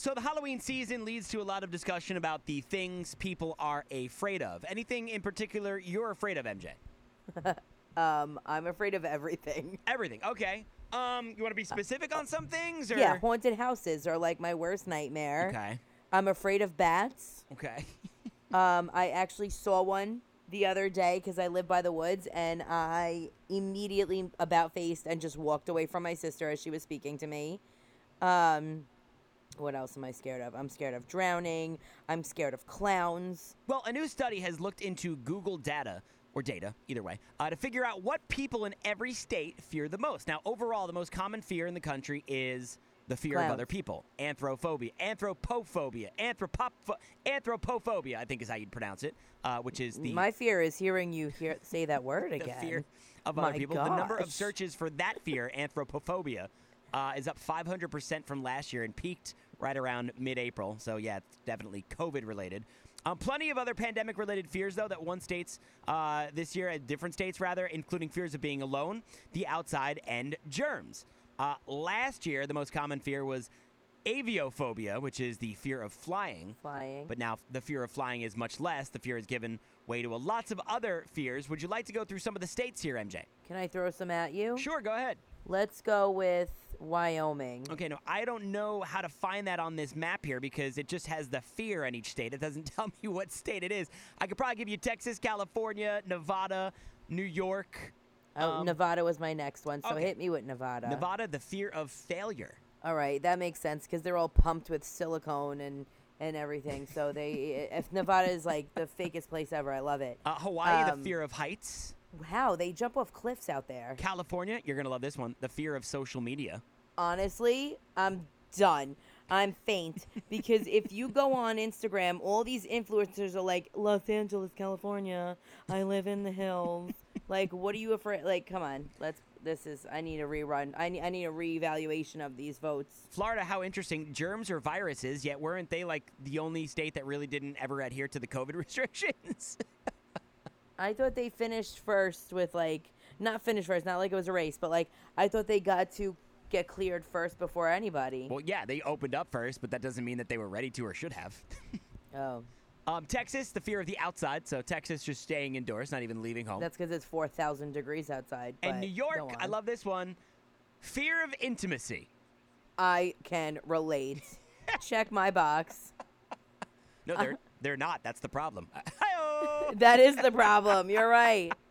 So the Halloween season leads to a lot of discussion about the things people are afraid of. Anything in particular you're afraid of, MJ? Um, I'm afraid of everything. Everything. Okay. Um, you want to be specific on some things, or Yeah, haunted houses are like my worst nightmare. Okay. I'm afraid of bats. Okay. Um, I actually saw one the other day because I live by the woods, and I immediately about faced and just walked away from my sister as she was speaking to me. Um, what else am I scared of? I'm scared of drowning. I'm scared of clowns. Well, a new study has looked into Google data or data, either way, uh, to figure out what people in every state fear the most. Now, overall, the most common fear in the country is the fear of Clowns. other people. Anthrophobia, anthropophobia, anthropop- anthropophobia, I think is how you'd pronounce it, uh, which is the my fear is hearing you hear say that word the again. fear of other My people. The number of gosh. searches for that fear, anthropophobia, uh, is up 500% from last year and peaked right around mid April. So, yeah, it's definitely COVID related. Um, plenty of other pandemic related fears, though, that one states uh, this year, at different states rather, including fears of being alone, the outside, and germs. Uh, last year, the most common fear was aviophobia, which is the fear of flying. Flying. But now the fear of flying is much less. The fear has given way to a lots of other fears. Would you like to go through some of the states here, MJ? Can I throw some at you? Sure, go ahead. Let's go with Wyoming. Okay, no, I don't know how to find that on this map here because it just has the fear in each state. It doesn't tell me what state it is. I could probably give you Texas, California, Nevada, New York. Oh, Um, Nevada was my next one, so okay. hit me with Nevada. Nevada, the fear of failure. All right, that makes sense because they're all pumped with silicone and and everything. So they, if Nevada is like the fakest place ever, I love it. Uh, Hawaii, Um, the fear of heights. Wow, they jump off cliffs out there. California, you're going to love this one, the fear of social media. Honestly, I'm done. I'm faint because if you go on Instagram, all these influencers are like Los Angeles, California. I live in the hills. like, what are you afraid? Like, come on, let's. This is. I need a rerun. I need. I need a reevaluation of these votes. Florida, how interesting. Germs or viruses, yet weren't they like the only state that really didn't ever adhere to the COVID restrictions? I thought they finished first with like not finished first, not like it was a race, but like I thought they got to get cleared first before anybody. well, yeah, they opened up first, but that doesn't mean that they were ready to or should have. oh, um, Texas, the fear of the outside. So Texas just staying indoors, not even leaving home. that's because it's four thousand degrees outside. and but New go York, I on. love this one. Fear of intimacy. I can relate. Check my box. No, they're they're not. That's the problem. Hi-oh! That is the problem. You're right.